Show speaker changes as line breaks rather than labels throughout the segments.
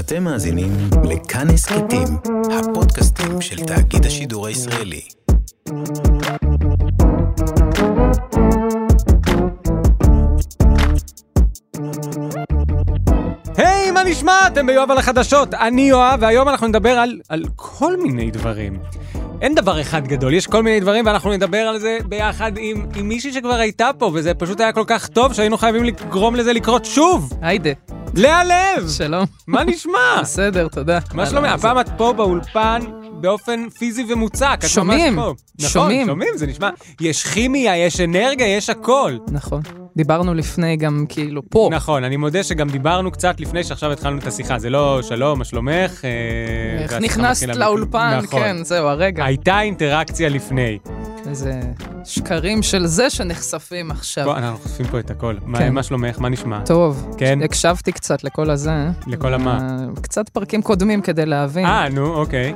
אתם מאזינים לכאן הסכתים, הפודקאסטים של תאגיד השידור הישראלי.
היי, מה נשמע? אתם ביואב על החדשות, אני יואב, והיום אנחנו נדבר על, על כל מיני דברים. אין דבר אחד גדול, יש כל מיני דברים, ואנחנו נדבר על זה ביחד עם, עם מישהי שכבר הייתה פה, וזה פשוט היה כל כך טוב, שהיינו חייבים לגרום לזה לקרות שוב.
היידה,
לאה לב!
שלום.
מה נשמע?
בסדר, תודה.
אה. מה שלומך?
אהלן,
הפעם את פה באולפן באופן פיזי ומוצק. את
שומעים,
ממש פה. נכון,
שומעים.
שומעים, זה נשמע... יש כימיה, יש אנרגיה, יש הכל.
זה- נכון. דיברנו לפני גם כאילו פה.
נכון, אני מודה שגם דיברנו קצת לפני שעכשיו התחלנו את השיחה, זה לא שלום, מה שלומך? אה,
איך
והשיחה
נכנסת
מתחילה
לאולפן,
נכון.
כן, זהו, הרגע.
הייתה אינטראקציה לפני.
איזה שקרים של זה שנחשפים עכשיו.
בוא, אנחנו חושפים פה את הכל. מה-
כן.
מה שלומך? מה נשמע?
טוב,
כן.
הקשבתי קצת לכל הזה.
לכל המה.
אה, קצת פרקים קודמים כדי להבין.
אה, נו, אוקיי.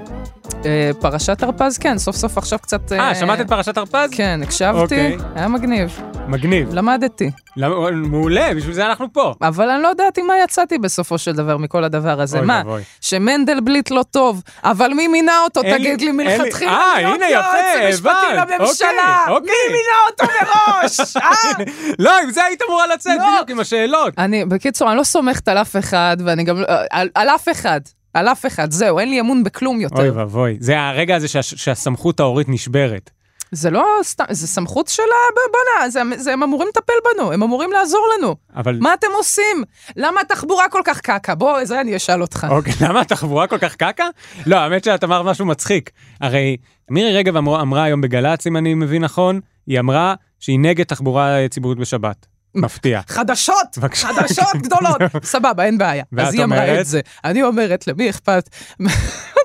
אה, פרשת הרפז, כן, סוף סוף עכשיו קצת...
אה, שמעת את פרשת הרפז?
כן, הקשבתי,
אוקיי.
היה מגניב,
מגניב.
למדתי.
למה- מעולה, בשביל זה אנחנו פה.
אבל אני לא יודעת עם מה יצאתי בסופו של דבר מכל הדבר הזה.
אוי
מה,
ואבוי.
שמנדלבליט לא טוב, אבל מי מינה אותו,
אין
תגיד
לי-
לי, מלכתחילה? לא
אין לי- אה,
להיות
הנה, יפה,
יועץ משפטי
הבנת.
לממשלה,
אוקיי,
מי
אוקיי.
מינה אותו מראש? אה?
לא, עם זה היית אמורה לצאת,
לא.
בדיוק עם השאלות.
אני, בקיצור, אני לא סומכת על אף אחד, ואני גם, לא- על- על אף אחד, על אף אחד, זהו, אין לי אמון בכלום
אוי
יותר.
ואבוי, זה הרגע הזה שה- שהסמכות ההורית נשברת.
זה לא סתם, זה סמכות שלה, ב- בוא'נה, זה- זה- הם אמורים לטפל בנו, הם אמורים לעזור לנו.
אבל...
מה אתם עושים? למה התחבורה כל כך קקה? בוא, זה אני אשאל אותך.
אוקיי, למה התחבורה כל כך קקה? לא, האמת שאת אמרת משהו מצחיק. הרי מירי רגב אמרה, אמרה היום בגל"צ, אם אני מבין נכון, היא אמרה שהיא נגד תחבורה אה, ציבורית בשבת. מפתיע.
חדשות,
בבקשה.
חדשות גדולות. לא סבבה, אין בעיה.
ואת
אז היא אמרה
אומרת?
את זה. אני אומרת, למי אכפת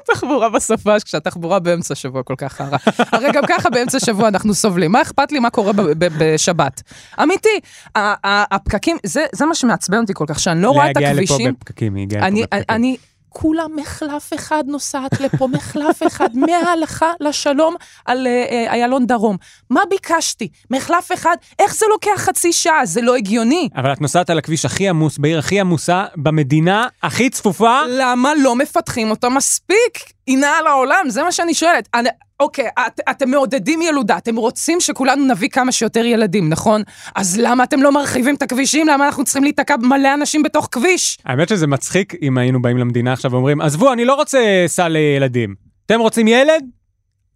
תחבורה בסופש כשהתחבורה באמצע שבוע כל כך חרא? הרי גם ככה באמצע שבוע אנחנו סובלים. מה אכפת לי מה קורה ב- ב- בשבת? אמיתי, ה- ה- הפקקים, זה זה מה שמעצבן אותי כל כך, שאני לא רואה את
להגיע
הכבישים.
לפה בפקקים, היא הגיעה לפה
אני,
בפקקים.
אני, כולה מחלף אחד נוסעת לפה, מחלף אחד, מההלכה לשלום על אה, אה, איילון דרום. מה ביקשתי? מחלף אחד? איך זה לוקח חצי שעה? זה לא הגיוני.
אבל את נוסעת על הכביש הכי עמוס, בעיר הכי עמוסה, במדינה הכי צפופה.
למה לא מפתחים אותה מספיק? הנה על העולם, זה מה שאני שואלת. אני, אוקיי, את, אתם מעודדים ילודה, אתם רוצים שכולנו נביא כמה שיותר ילדים, נכון? אז למה אתם לא מרחיבים את הכבישים? למה אנחנו צריכים להיתקע מלא אנשים בתוך כביש?
האמת שזה מצחיק אם היינו באים למדינה עכשיו ואומרים, עזבו, אני לא רוצה סל לילדים. אתם רוצים ילד?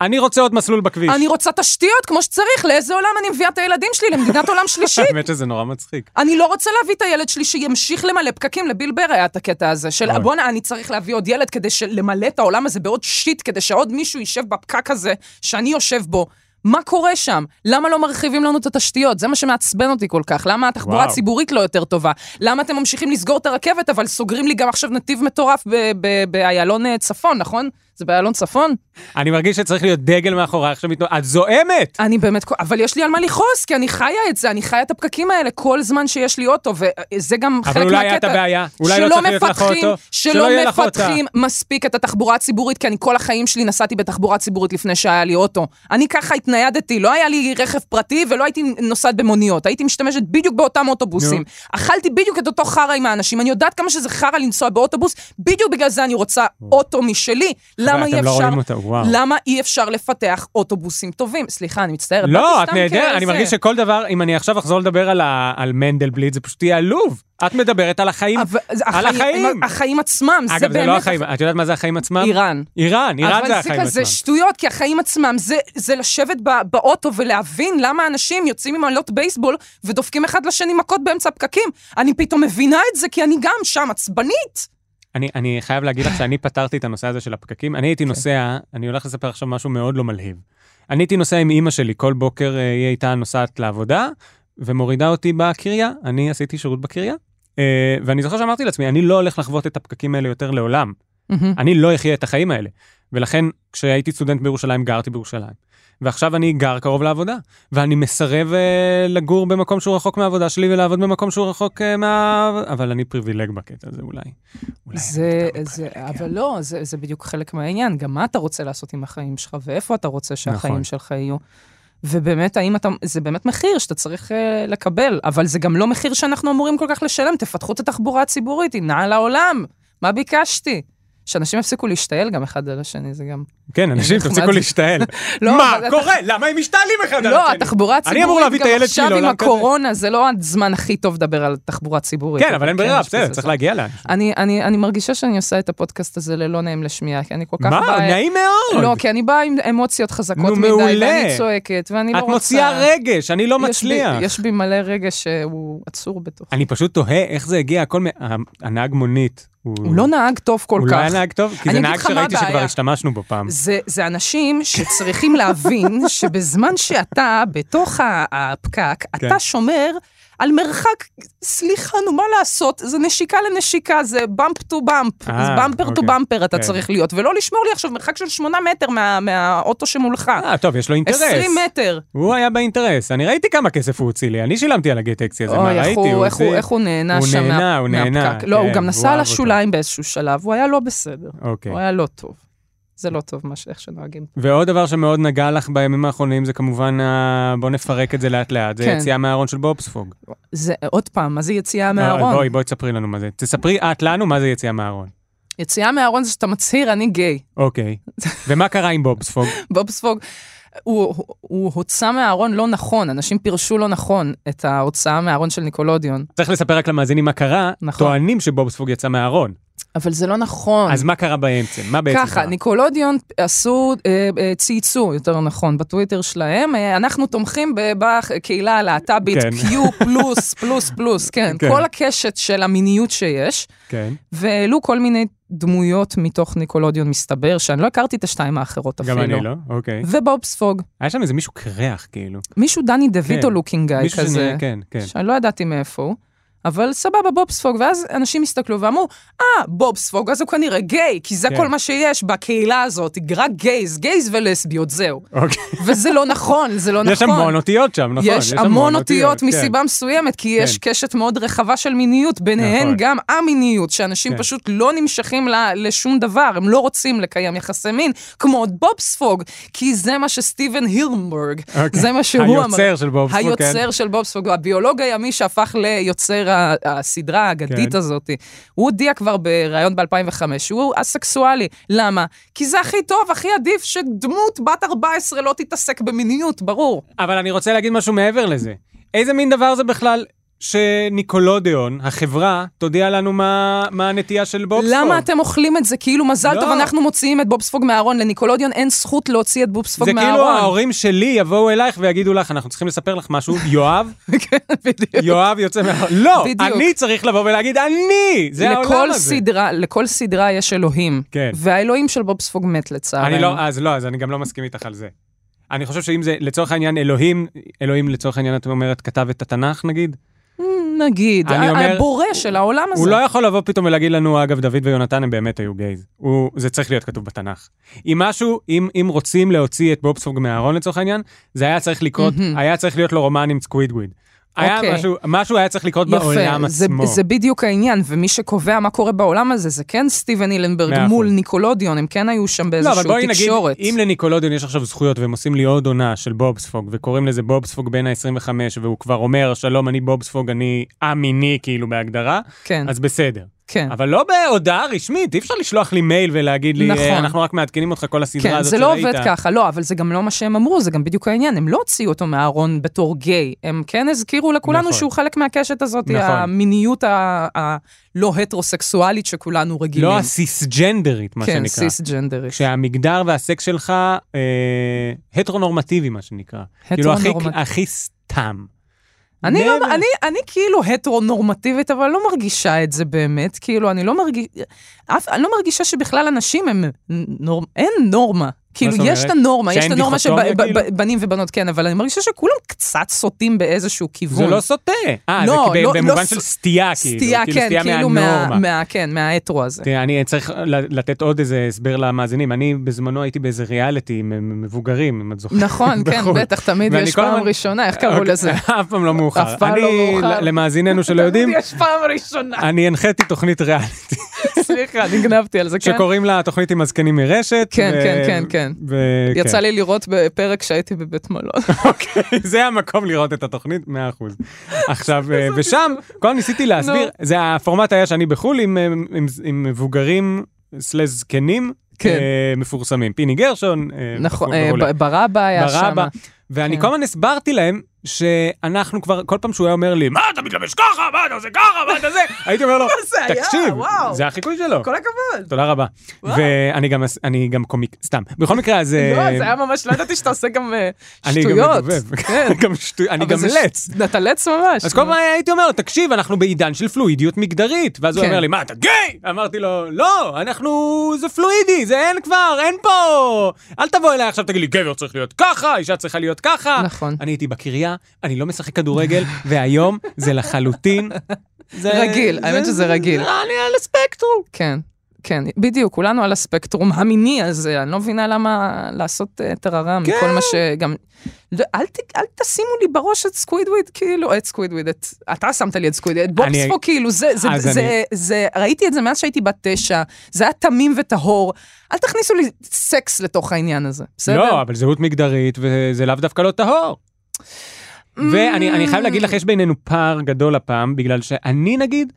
אני רוצה עוד מסלול בכביש.
אני רוצה תשתיות כמו שצריך, לאיזה עולם אני מביאה את הילדים שלי? למדינת עולם שלישית?
האמת שזה נורא מצחיק.
אני לא רוצה להביא את הילד שלי שימשיך למלא פקקים, לבילבר היה את הקטע הזה של
אוי.
בואנה, אני צריך להביא עוד ילד כדי של- למלא את העולם הזה בעוד שיט, כדי שעוד מישהו יישב בפקק הזה שאני יושב בו. מה קורה שם? למה לא מרחיבים לנו את התשתיות? זה מה שמעצבן אותי כל כך. למה התחבורה
וואו.
הציבורית לא יותר טובה? למה אתם ממשיכים לסגור את הרכבת, אבל סוגרים לי גם עכשיו נתיב מטורף ב- ב- באיילון אה, צפון, נכון? זה באיילון צפון?
אני מרגיש שצריך להיות דגל מאחורייך שמתנועה. את זועמת!
אני באמת, אבל יש לי על מה לכעוס, כי אני חיה את זה, אני חיה את הפקקים האלה כל זמן שיש לי אוטו, וזה גם חלק
אבל
מהקטע.
אולי היה את הבעיה, אולי לא
שלא
צריך להיות לך
מפתחים-
אוטו, שלא יהיה
שלא
לך אותה.
מפתחים מספיק את התחבורה הציבורית, כי אני כל החיים שלי נסעתי בתחבורה ציבורית לפני שהיה לי אוטו. אני ככה התניידתי, לא היה לי רכב פרטי ולא הייתי נוסעת במוניות, הייתי משתמשת בדיוק באותם אוטובוסים. אכלתי בדיוק את אותו חרא עם האנשים, אני יודעת כמה שזה חרא לנסוע באוטובוס, בדיוק בגלל זה אני רוצה אוטו משלי. למה
אתם
אי
לא
אפשר
רואים אותה, וואו.
למה אי אפשר לפתח אוטובוסים טובים? סליחה, אני מצטערת.
לא, את
באתי סתם כאילו
נהדרת,
כזה.
אני מרגיש שכל דבר, אם אני עכשיו אחזור לדבר על ה- על מנדלבליט, זה פשוט יהיה עלוב. את מדברת על החיים.
אבל- זה
על החיים.
החיים עצמם, זה באמת...
אגב, זה לא החיים, את יודעת מה זה החיים עצמם?
איראן.
איראן, איראן זה החיים
אבל זה כזה
עצמם.
שטויות, כי החיים עצמם זה, זה לשבת ב, באוטו ולהבין למה אנשים יוצאים עם עלות בייסבול ודופקים אחד לשני מכות באמצע הפקקים. אני פתאום מבינה את זה, כי אני גם שם עצבנית.
אני, אני חייב להגיד לך שאני פתרתי את הנושא הזה של הפקקים. אני הייתי נוסע, אני הולך לספר עכשיו משהו מאוד לא מלהיב. אני הייתי נוסע עם אימא שלי, כל בוקר אה, היא הייתה נוסעת לעבודה, ומורידה אותי בקריה, אני עשיתי שירות בקריה. אה, ואני זוכר שאמרתי לעצמי, אני לא הולך לחוות את הפקקים האלה יותר לעולם. אני לא אחיה את החיים האלה. ולכן, כשהייתי סטודנט בירושלים, גרתי בירושלים. ועכשיו אני גר קרוב לעבודה, ואני מסרב אה, לגור במקום שהוא רחוק מהעבודה שלי ולעבוד במקום שהוא רחוק אה, מה... אבל אני פריבילג בקטע הזה אולי. אולי
זה,
אני
זה,
פריבילג, כן.
אבל לא, זה, זה בדיוק חלק מהעניין. גם מה אתה רוצה לעשות עם החיים שלך, ואיפה אתה רוצה שהחיים
נכון.
נכון. שלך יהיו. ובאמת, האם אתה, זה באמת מחיר שאתה צריך אה, לקבל, אבל זה גם לא מחיר שאנחנו אמורים כל כך לשלם. תפתחו את התחבורה הציבורית, היא נעה לעולם. מה ביקשתי? שאנשים יפסיקו להשתעל גם אחד על השני, זה גם...
כן, אנשים,
נחמד.
תפסיקו להשתעל.
לא,
מה
אבל אתה-
קורה? למה הם משתעלים אחד על
לא,
השני?
התחבורה
אני אמור להביא
הציבורית,
את
גם
הילד שלי
עכשיו עם
לעולם כזה.
הקורונה, זה לא הזמן הכי טוב לדבר על תחבורה ציבורית.
כן, אבל אין ברירה,
יש
בסדר,
בזה
צריך
זה.
להגיע לה.
אני, אני, אני מרגישה שאני עושה את הפודקאסט הזה ללא נעים לשמיעה, כי אני כל כך
מה?
באה...
נעים מאוד.
לא, כי אני באה עם אמוציות חזקות
נו,
מדי,
מעולה.
ואני צועקת, ואני לא
את
רוצה...
מוציאה רגש, אני לא
יש בי-
מצליח.
יש בי מלא רגש שהוא עצור בתוך.
אני פשוט תוהה איך זה הגיע, הכל מ... הנהג מונית
הוא לא נהג טוב כל
הוא
כך.
לא היה נהג טוב, כי
אני
זה
אגיד
נהג
לך מה
שראיתי שכבר
הבעיה.
השתמשנו בו פעם.
זה, זה אנשים שצריכים להבין שבזמן שאתה בתוך ה- הפקק,
כן.
אתה שומר על מרחק, סליחה, נו, מה לעשות? זה נשיקה לנשיקה, זה באמפ טו באמפ,
אה,
זה באמפר טו
אוקיי.
באמפר אתה
כן.
צריך להיות, ולא לשמור לי עכשיו מרחק של שמונה מטר מה, מהאוטו שמולך.
אה, טוב, יש לו אינטרס.
20 מטר.
הוא היה באינטרס. אני ראיתי כמה כסף הוא הוציא לי, אני שילמתי על הגט טקסי הזה, כן, מה
אוי,
ראיתי?
איך הוא- איך הוא-
הוציא-
איך הוא נהנה
הוא
שם
נהנה,
מה-
הוא נהנה,
מהפקק. לא, הוא
כן,
גם
הוא
נסע
אהב
על
אותו.
השוליים באיזשהו שלב, הוא היה לא בסדר.
אוקיי.
הוא היה לא טוב. זה לא טוב מה שאיך שנוהגים.
ועוד דבר שמאוד נגע לך בימים האחרונים זה כמובן, ה- בוא נפרק את זה לאט לאט, זה
כן.
יציאה מהארון של בובספוג.
זה, עוד פעם, מה זה יציאה
אה,
מהארון?
בואי, בואי תספרי לנו מה זה. תספרי את לנו מה זה יציאה מהארון.
יציאה מהארון זה שאתה מצהיר, אני גיי.
אוקיי. ומה קרה עם בובספוג?
בובספוג, הוא, הוא, הוא הוצא מהארון לא נכון, אנשים פירשו לא נכון את ההוצאה מהארון של ניקולודיון,
צריך לספר רק למאזינים מה קרה,
נכון.
טוענים שבובספוג יצא מהארון.
אבל זה לא נכון.
אז מה קרה באמצע? מה בעצם קרה?
ככה, ניקולודיון עשו, אה, אה, צייצו, יותר נכון, בטוויטר שלהם, אה, אנחנו תומכים ב- בקהילה הלהט"בית
כן.
Q פלוס, פלוס, פלוס, כן,
כן.
כל הקשת של המיניות שיש,
כן.
והעלו כל מיני דמויות מתוך ניקולודיון, מסתבר, שאני לא הכרתי את השתיים האחרות אפילו.
גם אני לא, אוקיי.
ובובספוג,
היה שם איזה מישהו קרח, כאילו.
מישהו דני דה ויטו
כן.
לוקינג גאי
מישהו
כזה.
שנראה, כן, כן.
שאני לא ידעתי מאיפה הוא, אבל סבבה, בובספוג, ואז אנשים הסתכלו ואמרו, אה, בובספוג, אז הוא כנראה גיי, כי זה
כן.
כל מה שיש בקהילה הזאת, רק גייז, גייז ולסביות, זהו.
אוקיי.
וזה לא נכון, זה לא נכון.
יש המון אותיות שם, נכון.
יש המון אותיות
כן.
מסיבה מסוימת, כי יש קשת מאוד רחבה של מיניות, ביניהן
נכון.
גם א-מיניות, שאנשים
כן.
פשוט לא נמשכים ל- לשום דבר, הם לא רוצים לקיים יחסי מין, כמו בובספוג, כי זה מה שסטיבן הירנברג,
אוקיי.
זה מה שהוא אמר.
היוצר של בובספוג, כן.
היוצר של בובספוג, הביולוג הימי שהפך ליוצר ה- הסדרה האגדית
כן.
הזאת. הוא הודיע כבר בריאיון ב-2005 שהוא אסקסואלי. למה? כי זה הכי טוב, הכי עדיף שדמות בת 14 לא תתעסק במיניות, ברור.
אבל אני רוצה להגיד משהו מעבר לזה. איזה מין דבר זה בכלל שניקולודיאון, החברה, תודיע לנו מה, מה הנטייה של בובספוג?
למה אתם אוכלים את זה? כאילו מזל
לא.
טוב, אנחנו מוציאים את בובספוג מהארון. לניקולודיון אין זכות להוציא את בובספוג
זה כאילו
מהארון.
ההורים שלי יבואו אלייך ויגידו לך, אנחנו צריכים לספר לך משהו, יואב,
כן, בדיוק.
יואב יוצא מה... לא,
בדיוק.
אני צריך לבוא ולהגיד, אני! זה העולם
לכל
הזה.
סדרה, לכל סדרה יש אלוהים.
כן.
והאלוהים של בובספוג מת לצערנו.
אני לא, אז לא, אז אני גם לא מסכים איתך על זה. אני חושב שאם זה, לצורך העניין, אלוהים, אלוהים לצורך העניין, את אומרת, כתב את התנ"ך נגיד,
נגיד,
אני אומר-
הבורא של העולם הזה.
הוא לא יכול לבוא פתאום ולהגיד לנו, אגב, דוד ויונתן הם באמת היו גייז. הוא, זה צריך להיות כתוב בתנ"ך. אם משהו, אם, אם רוצים להוציא את בובספוג מהארון לצורך העניין, זה היה צריך לקרות,
מהמם.
היה צריך להיות לו רומן עם סקווידוויד. היה
אוקיי.
משהו, משהו היה צריך לקרות בעולם
זה,
עצמו.
זה בדיוק העניין, ומי שקובע מה קורה בעולם הזה, זה כן סטיבן אילנברג
מאה אחוז.
מול ניקולודיון, הם כן היו שם
לא, אבל
באיזשהו
בואי נגיד,
תקשורת.
אם לניקולודיון יש עכשיו זכויות והם עושים לי עוד עונה של בובספוג, וקוראים לזה בובספוג בן ה-25, והוא כבר אומר, שלום, אני בובספוג, אני א-מיני כאילו בהגדרה,
כן,
אז בסדר.
כן.
אבל לא בהודעה רשמית, אי אפשר לשלוח לי מייל ולהגיד לי,
נכון.
"אה, אנחנו רק מעדכנים אותך כל הסדרה
כן,
הזאת
זה
שראית.
לא עובד ככה, לא, אבל זה גם לא מה שהם אמרו, זה גם בדיוק העניין, הם לא הוציאו אותו מהארון בתור גיי, הם כן הזכירו לכולנו
נכון.
שהוא חלק מהקשת הזאת,
נכון.
המיניות ה- הלא הטרוסקסואלית שכולנו רגילים.
לא הסיסג'נדרית, מה
כאילו. כן,
שנקרא.
סיסג'נדרי.
כשהמגדר והסקס שלך אה, הטרונורמטיבי, מה שנקרא. כאילו, הכי-
הטרונורמטיבי.
הכי סתם.
אני, לא,
never-
אני, אני כאילו הטרונורמטיבית, אבל לא מרגישה את זה באמת. כאילו, אני לא מרגישה, אף, אני לא מרגישה שבכלל אנשים הם, נור, אין נורמה. כאילו,
זאת
יש את
אומרת?
הנורמה, יש
שאין
את הנורמה של
דיכוטומיה, כאילו?
בנים ובנות, כן, אבל אני מרגישה שכולם קצת סוטים באיזשהו כיוון.
זה לא סוטה. אה, זה
לא,
כב-
לא-
במובן
לא
של
ס-
סטייה, כאילו.
סטייה, כן,
סטייה
כאילו
מהנורמה.
מה, מה, כן, מההטרו הזה.
תראה, אני צריך ל- לתת עוד איזה הסבר למאזינים. אני בזמנו הייתי באיזה ריאליטי עם עם מבוגרים, אם את זוכרת.
נכון, כן,
בחו"ל.
בטח, תמיד
ואני
יש
כל
פעם
הזמן-
ראשונה, איך קראו
אוקיי,
לזה?
אף פעם לא מאוחר.
אף פעם לא
אני,
מאוחר.
למאזיננו שלא יודעים,
תמיד יש פעם ראשונה.
אני הנחיתי תוכנית ריאליטי.
סליחה, נגנבתי על זה, כן?
שקוראים לה תוכנית עם הזקנים מרשת.
כן,
ו-
כן, כן, כן.
ו-
יצא לי לראות בפרק שהייתי בבית מלון.
אוקיי, זה המקום לראות את התוכנית, 100%. עכשיו, אה, ושם, כל הזמן ניסיתי להסביר, זה הפורמט היה שאני בחו"ל עם, אה, עם, עם מבוגרים סלז זקנים
כן.
אה, מפורסמים. פיני גרשון, אה,
נכון,
וכו'
אה,
וכו'.
ב- ברבא היה שם.
ברבא. ואני
כן.
כל הזמן הסברתי להם שאנחנו כבר, כל פעם שהוא היה אומר לי, מה אתה מתלבש ככה, מה אתה עושה ככה, מה אתה זה, הייתי אומר לו,
זה היה,
תקשיב,
וואו.
זה החיקוי שלו.
הכבוד.
תודה רבה.
וואו.
ואני גם, אני גם קומיק, סתם. בכל מקרה, אז...
לא,
אה,
זה היה ממש, לא ידעתי שאתה עושה גם אה,
אני גם
שטויות.
מדובב.
כן.
גם שטו- אני
אבל
גם
זה ש-
לץ.
אתה לץ ממש.
אז כל פעם הייתי אומר לו, תקשיב, אנחנו בעידן של פלואידיות מגדרית. ואז הוא
כן.
אומר לי, מה, אתה גיי? אמרתי לו, לא, אנחנו, זה פלואידי, זה אין כבר, אין פה. אל תבוא אליי עכשיו, תגיד לי, גבר צריך להיות ככה, אישה צריכה להיות ככה.
נכון.
אני הייתי בקריה, אני לא משחק כדורגל, והיום זה לחלוטין... זה-
רגיל, האמת שזה רגיל.
נראה לי על הספקטרום.
כן, כן, בדיוק, כולנו על הספקטרום המיני הזה, אני לא מבינה למה לעשות אה, טררם,
כן.
כל מה שגם... לא, אל, ת, אל תשימו לי בראש את סקווידוויד, כאילו, את סקווידוויד, את, אתה שמת לי את סקווידוויד, את
אני-
בובספו, כאילו, זה, זה,
אז
זה, זה,
אני-
זה, ראיתי את זה מאז שהייתי בת תשע, זה היה תמים וטהור, אל תכניסו לי סקס לתוך העניין הזה, בסדר?
לא, אבל זהות מגדרית, וזה לאו דווקא לא טהור. ואני אני חייב להגיד לך,
Mm.
יש בינינו פער גדול הפעם, בגלל שאני נגיד,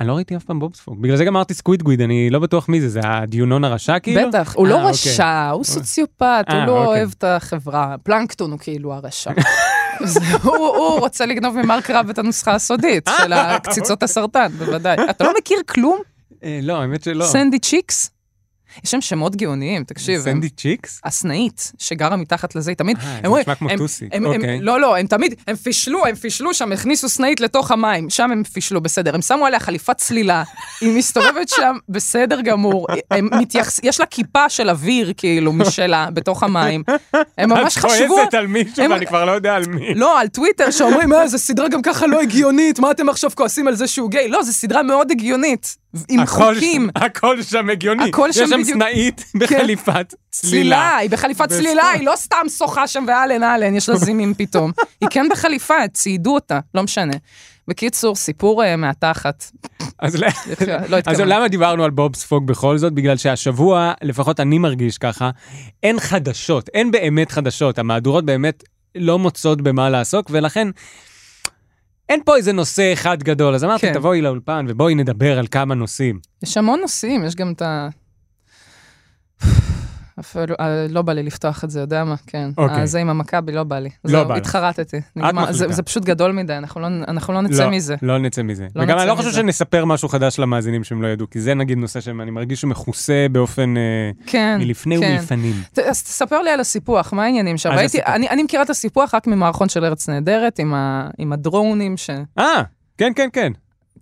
אני לא ראיתי אף פעם בובספוג. בגלל זה גם אמרתי סקוויד גוויד, אני לא בטוח מי זה, זה הדיונון הרשע כאילו?
בטח, הוא
אה,
לא
אוקיי.
רשע, הוא סוציופט, הוא
אה,
לא
אוקיי.
אוהב את החברה. פלנקטון הוא כאילו הרשע. זה- הוא- הוא רוצה לגנוב ממרק רב את הנוסחה הסודית של
אוקיי.
הקציצות הסרטן, בוודאי. אתה לא מכיר כלום?
אה, לא, האמת שלא.
סנדי צ'יקס? יש שם שמות גאוניים, תקשיב. הם-
סנדי צ'יקס?
הסנאית שגרה מתחת לזה, היא תמיד...
אה,
הם
זה
אומרים,
נשמע כמו
הם-
טוסי,
הם- הם-
אוקיי.
לא, לא, הם תמיד, הם פישלו, הם פישלו שם, הכניסו סנאית לתוך המים, שם הם פישלו, בסדר. הם שמו עליה חליפת צלילה, היא מסתובבת שם, בסדר גמור. הם מתייחס... יש לה כיפה של אוויר, כאילו, משלה, בתוך המים. הם ממש
את
חשבו...
כועסת על מישהו
הם-
ואני כבר לא יודע על מי.
לא, על טוויטר שאומרים, אה, זו סדרה גם ככה לא הגיונית, מה אתם עכשיו כועסים על זה שהוא גיי? לא, זו סדרה מאוד הגיונית, עם
הכל
חוקים.
שם- הכל שם הגיוני.
הכל שם
יש שם
בדיוק- כן.
סנאית בחליפת
צלילה,
צלילה.
היא בחליפת
בס-
צלילה, היא לא סתם שוחה שם ואלן אלן, יש לה זימים פתאום. היא כן בחליפה, ציידו אותה, לא משנה. בקיצור, סיפור אה, מהתחת.
אז ל-
לא
אז
התכוונתי.
למה דיברנו על בובספוג בכל זאת? בגלל שהשבוע, לפחות אני מרגיש ככה, אין חדשות, אין באמת חדשות. המהדורות באמת לא מוצאות במה לעסוק, ולכן אין פה איזה נושא אחד גדול. אז אמרתי,
כן.
תבואי לאולפן ובואי נדבר על כמה נושאים.
יש המון נושאים, יש גם את ה... אפילו, אה, לא בא לי לפתוח את זה, יודע מה? כן.
אוקיי.
אה, זה עם המכבי, לא בא לי.
לא
זהו,
בא לך.
התחרטתי. נגמר. זה
מחליטה.
זה פשוט גדול מדי, אנחנו לא- אנחנו לא נצא
לא,
מזה.
לא נצא מזה.
לא
וגם
נצא
אני לא חושב
מזה.
שנספר משהו חדש למאזינים שהם לא ידעו, כי זה נגיד נושא שאני מרגיש שהוא מכוסה באופן אה,
כן,
מלפני
כן.
ומלפנים.
ת- אז תספר לי על הסיפוח, מה העניינים שם?
אז
ראיתי,
הסיפוח.
אני אני מכירה את הסיפוח רק ממערכון של ארץ נהדרת, עם ה- עם הדרונים ש...
אה, כן, כן, כן.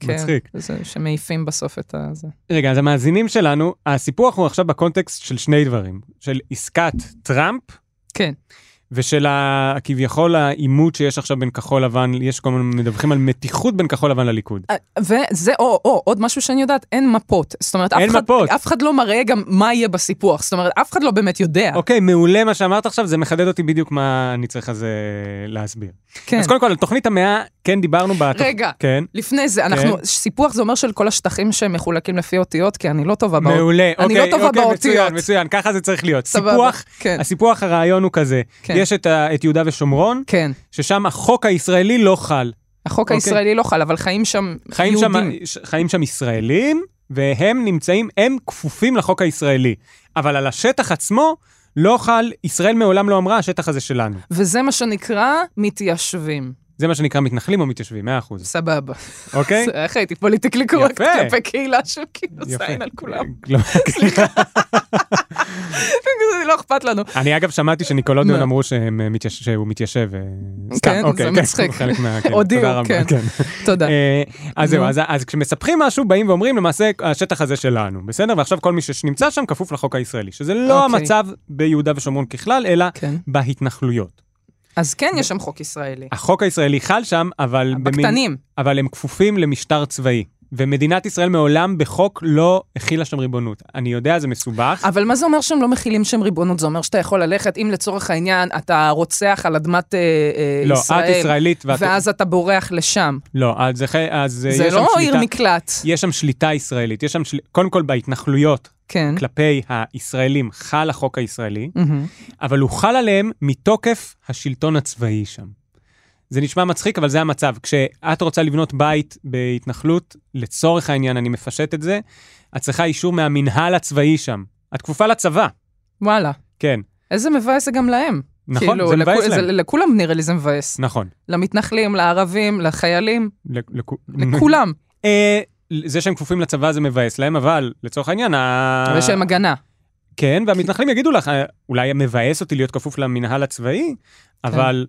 כן,
מצחיק.
זה שמעיפים בסוף את הזה.
רגע, אז המאזינים שלנו, הסיפוח הוא עכשיו בקונטקסט של שני דברים, של עסקת טראמפ
כן.
ושל ה- כביכול העימות שיש עכשיו בין כחול לבן, יש כל מיני מדווחים על מתיחות בין כחול לבן לליכוד.
אה, וזה, או, או, עוד משהו שאני יודעת, אין מפות. זאת אומרת, אף
אין
אחד,
מפות.
אף אחד לא מראה גם מה יהיה בסיפוח. זאת אומרת, אף אחד לא באמת יודע.
אוקיי, מעולה מה שאמרת עכשיו, זה מחדד אותי בדיוק מה אני צריך אז אה, להסביר.
כן.
אז קודם כל, על תוכנית המאה, כן דיברנו בתוכנית.
רגע.
כן.
לפני זה, אנחנו, סיפוח זה אומר של כל השטחים שהם מחולקים לפי אותיות, כי אני לא טובה באות.
מעולה,
אני
אוקיי,
לא טובה
אוקיי,
באותיות.
מצוין, מצוין, ככה זה צריך להיות.
סבבה,
סיפוח,
כן.
הסיפוח הרעיון הוא כזה,
כן.
יש את ה- את יהודה ושומרון,
כן.
ששם החוק הישראלי לא חל.
החוק
אוקיי.
הישראלי לא חל, אבל חיים שם
חיים שם,
יהודים.
ש- חיים שם ישראלים, והם נמצאים, הם כפופים לחוק הישראלי. אבל על השטח עצמו לא חל, ישראל מעולם לא אמרה, השטח הזה שלנו.
וזה מה שנקרא מתיישבים.
זה מה שנקרא מתנחלים או מתיישבים, 100%.
סבבה.
אוקיי?
זה- איך הייתי פוליטיקלי קורקט
יפה.
כלפי קהילה שכאילו
יפה.
זין על כולם.
לא,
לא אכפת לנו.
אני אגב שמעתי שניקולודיון
מה?
אמרו שהם, אה, מתייש- שהוא מתיישב. אה, סתם,
כן,
אוקיי,
זה מצחיק.
הוא חלק מה- כן,
הודיעו,
תודה רבה,
כן. תודה.
אה, אז זהו,
נו.
אז- אז כשמספחים משהו, באים ואומרים, למעשה, השטח הזה שלנו, בסדר? ועכשיו כל מי שנמצא שם כפוף לחוק הישראלי, שזה לא
אוקיי.
המצב ביהודה ושומרון ככלל, אלא
כן.
בהתנחלויות.
אז כן יש שם חוק ישראלי.
החוק הישראלי חל שם, אבל... במין-
בקטנים.
אבל הם כפופים למשטר צבאי. ומדינת ישראל מעולם בחוק לא הכילה שם ריבונות. אני יודע, זה מסובך.
אבל מה זה אומר שהם לא מכילים שם ריבונות? זה אומר שאתה יכול ללכת, אם לצורך העניין אתה רוצח על אדמת אה, אה,
לא,
ישראל,
את ישראלית ואת...
ואז אתה בורח לשם.
לא, אז, זה, ח- אז אה,
זה
יש שם
לא
שליטה...
עיר מקלט.
יש שם שליטה ישראלית, יש שם, של... קודם כל בהתנחלויות
כן.
כלפי הישראלים חל החוק הישראלי,
מהמם.
אבל הוא חל עליהם מתוקף השלטון הצבאי שם. זה נשמע מצחיק, אבל זה המצב. כשאת רוצה לבנות בית בהתנחלות, לצורך העניין, אני מפשט את זה, את צריכה אישור מהמינהל הצבאי שם. את כפופה לצבא,
וואלה.
כן.
איזה מבאס זה גם להם.
נכון,
כאילו,
זה מבאס
לכו-
להם.
לכולם נראה לי זה מבאס.
נכון.
למתנחלים, לערבים, לחיילים,
לכ- לכו-
לכולם.
אה, זה שהם כפופים לצבא זה מבאס להם, אבל לצורך העניין... ה-
אבל יש להם הגנה.
כן, והמתנחלים יגידו לך, "אה, אולי מבאס אותי להיות כפוף למינהל הצבאי, אבל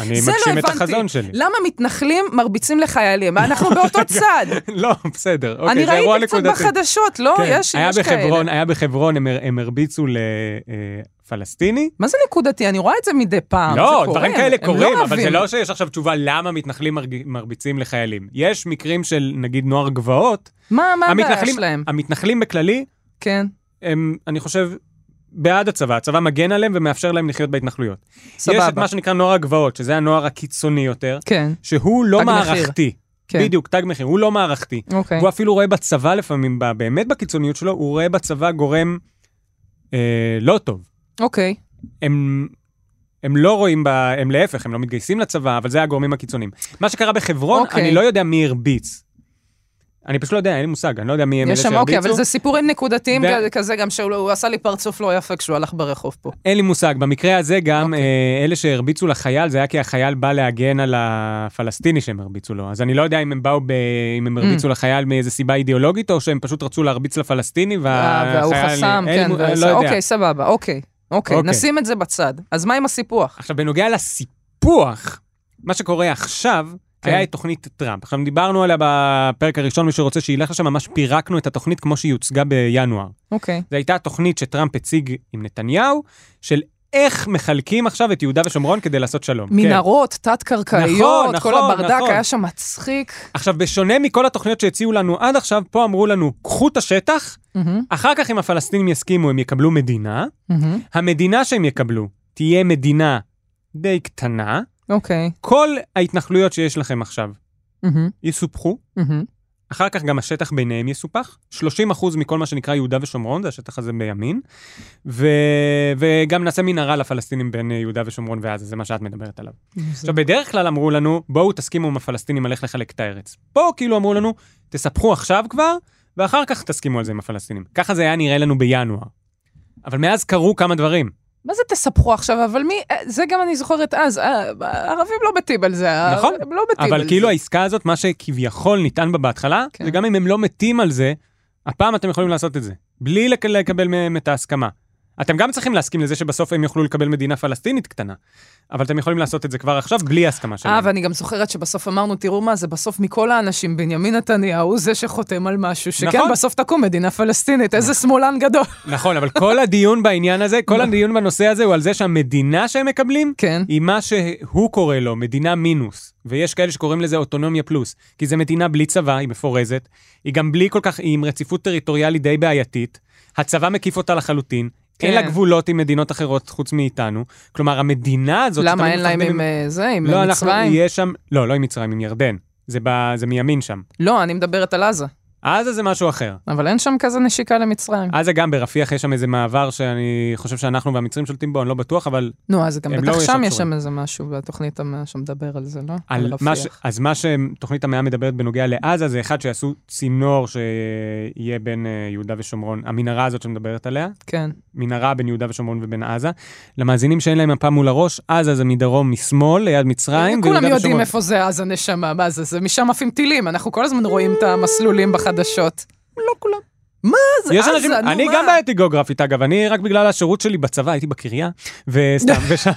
אני
כן. זה לא
מגשים את
הבנתי.
החזון שלי.
למה מתנחלים מרביצים לחיילים? אנחנו באותו צד.
לא, בסדר.
אני
אוקיי, זה אירוע
ראיתי קצת
נקודתי.
בחדשות, לא?
כן,
יש
היה
יש כאלה.
בחברון, היה בחברון, הם הר- הם הרביצו לפלסטיני.
מה זה נקודתי? אני רואה את זה מדי פעם. אה, זה
לא,
קורה.
דברים כאלה
הם לא
קורים, אבל
אוהבים.
זה לא שיש עכשיו תשובה למה מתנחלים מרג- מרביצים לחיילים. יש מקרים של, נגיד, נוער גבעות,
מה מה הבעיה
המתנחלים-
שלהם?
המתנחלים בכללי,
כן,
הם, אני חושב, בעד הצבא. הצבא מגן עליהם ומאפשר להם לחיות בהתנחלויות. יש את
סבבה.
מה שנקרא נוער הגבעות, שזה הנוער הקיצוני יותר,
כן,
שהוא לא
תג מחיר.
מערכתי.
כן.
בדיוק, תג מחיר, הוא לא מערכתי.
אוקיי.
הוא אפילו רואה בצבא לפעמים, ב- באמת בקיצוניות שלו, הוא רואה בצבא גורם אה, לא טוב.
אוקיי.
הם, הם לא רואים, ב, הם להפך, הם לא מתגייסים לצבא, אבל זה הגורמים הקיצוניים. מה שקרה בחברון,
אוקיי.
אני לא יודע מי הרביץ. אני פשוט לא יודע, אין לי מושג, אני לא יודע מי הם אלה
יש שם,
שהרביצו.
אוקיי, אבל זה סיפורים נקודתיים
ו-
כ- כזה גם, שהוא הוא עשה לי פרצוף לא יפה כשהוא הלך ברחוב פה.
אין לי מושג. במקרה הזה גם,
אוקיי.
אה, אלה שהרביצו לחייל, זה היה כי החייל בא להגן על הפלסטיני שהם הרביצו לו. אז אני לא יודע אם הם באו, ב... אם
Mm.
הם הרביצו לחייל מאיזו סיבה אידיאולוגית, או שהם פשוט רצו להרביץ לפלסטיני,
אה,
והחייל...
וההוא חסם,
אין לי
כן,
מו-
והזה.
לא יודע.
אוקיי, סבבה, אוקיי. אוקיי,
אוקיי.
נשים את זה בצד. אז מה עם הסיפוח?
עכשיו, בנוגע לסיפוח, מה שקורה עכשיו,
כן.
היה את תוכנית טראמפ. עכשיו, דיברנו עליה בפרק הראשון, מי שרוצה שילך לשם, ממש פירקנו את התוכנית כמו שהיא הוצגה בינואר.
אוקיי.
זו הייתה תוכנית שטראמפ הציג עם נתניהו, של איך מחלקים עכשיו את יהודה ושומרון כדי לעשות שלום. כן.
מנהרות, תת-קרקעיות,
נכון,
כל
נכון,
הברדק,
נכון.
היה שם מצחיק.
עכשיו, בשונה מכל התוכניות שהציעו לנו עד עכשיו, פה אמרו לנו, קחו את השטח,
מהמם,
אחר כך אם הפלסטינים יסכימו, הם יקבלו מדינה.
מהמם.
המדינה שהם יקבלו תהיה מדינה די קטנה.
אוקיי.
כל ההתנחלויות שיש לכם עכשיו
מהמם,
יסופחו,
מהמם.
אחר כך גם השטח ביניהם יסופח. 30% מכל מה שנקרא יהודה ושומרון, זה השטח הזה בימין. ו... וגם נעשה מנהרה לפלסטינים בין אה, יהודה ושומרון ועזה, זה מה שאת מדברת עליו. עכשיו, בדרך כלל אמרו לנו, בואו תסכימו עם הפלסטינים על איך לחלק את הארץ. פה כאילו אמרו לנו, תספחו עכשיו כבר, ואחר כך תסכימו על זה עם הפלסטינים. ככה זה היה נראה לנו בינואר. אבל מאז קרו כמה דברים.
מה זה תספחו עכשיו? אבל מי... אה, זה גם אני זוכרת אז, אה, הערבים לא מתים על זה. ה-
נכון,
הם לא מתים על זה.
אבל כאילו העסקה הזאת, מה שכביכול נטען בה בהתחלה,
כן.
וגם אם הם לא מתים על זה, הפעם אתם יכולים לעשות את זה. בלי לק- לקבל מהם את ההסכמה. אתם גם צריכים להסכים לזה שבסוף הם יוכלו לקבל מדינה פלסטינית קטנה. אבל אתם יכולים לעשות את זה כבר עכשיו בלי הסכמה שלהם.
אה, ואני גם זוכרת שבסוף אמרנו, תראו מה זה, בסוף מכל האנשים, בנימין נתניהו הוא זה שחותם על משהו, שכן,
נכון.
בסוף תקום מדינה פלסטינית, איזה שמאלן גדול.
נכון, אבל כל הדיון בעניין הזה, כל הדיון בנושא הזה הוא על זה שהמדינה שהם מקבלים,
כן.
היא מה שהוא קורא לו מדינה מינוס, ויש כאלה שקוראים לזה אוטונומיה פלוס, כי זו מדינה בלי צבא, היא מפורזת, היא גם בלי כל כך, היא עם רציפות טריטוריאלית די בעייתית, הצבא מקיף אותה לחלוטין,
כן.
אין לה גבולות עם מדינות אחרות חוץ מאיתנו, כלומר המדינה הזאת...
למה
שתמיד
אין להם
מפחדים
עם אה, זה, עם
לא,
אה,
אנחנו,
מצרים?
יהיה שם... לא, לא עם מצרים, עם ירדן, זה, ב... זה מימין שם.
לא, אני מדברת על עזה,
עזה זה משהו אחר.
אבל אין שם כזה נשיקה למצרים.
עזה גם ברפיח יש שם איזה מעבר שאני חושב שאנחנו והמצרים שולטים בו, אני לא בטוח, אבל
נו, אז גם
הם
בטח
לא
שם יש
ישקרו.
שם איזה משהו בתוכנית המאה שמדבר על זה, לא?
על מה ש...
רפיח.
אז מה שתוכנית המאה מדברת בנוגע לעזה, זה אחד שיעשו צינור שיהיה בין אה, יהודה ושומרון, המנהרה הזאת שמדברת עליה,
כן.
מנהרה בין יהודה ושומרון ובין עזה. למאזינים שאין להם מפה מול הראש, עזה זה מדרום משמאל, ליד מצרים,
כולם
ויהודה
יודעים
ושומרון.
איפה זה עזה נשמה, מה זה, זה משם עפים טילים, אנחנו כל הזמן רואים את המסלולים בחדשות. לא כולם. מה זה
יש
עזה,
אנשים,
נו
אני
מה?
גם בעייתי גיאוגרפית אגב, אני רק בגלל השירות שלי בצבא הייתי בקריה, וסתם, ושם,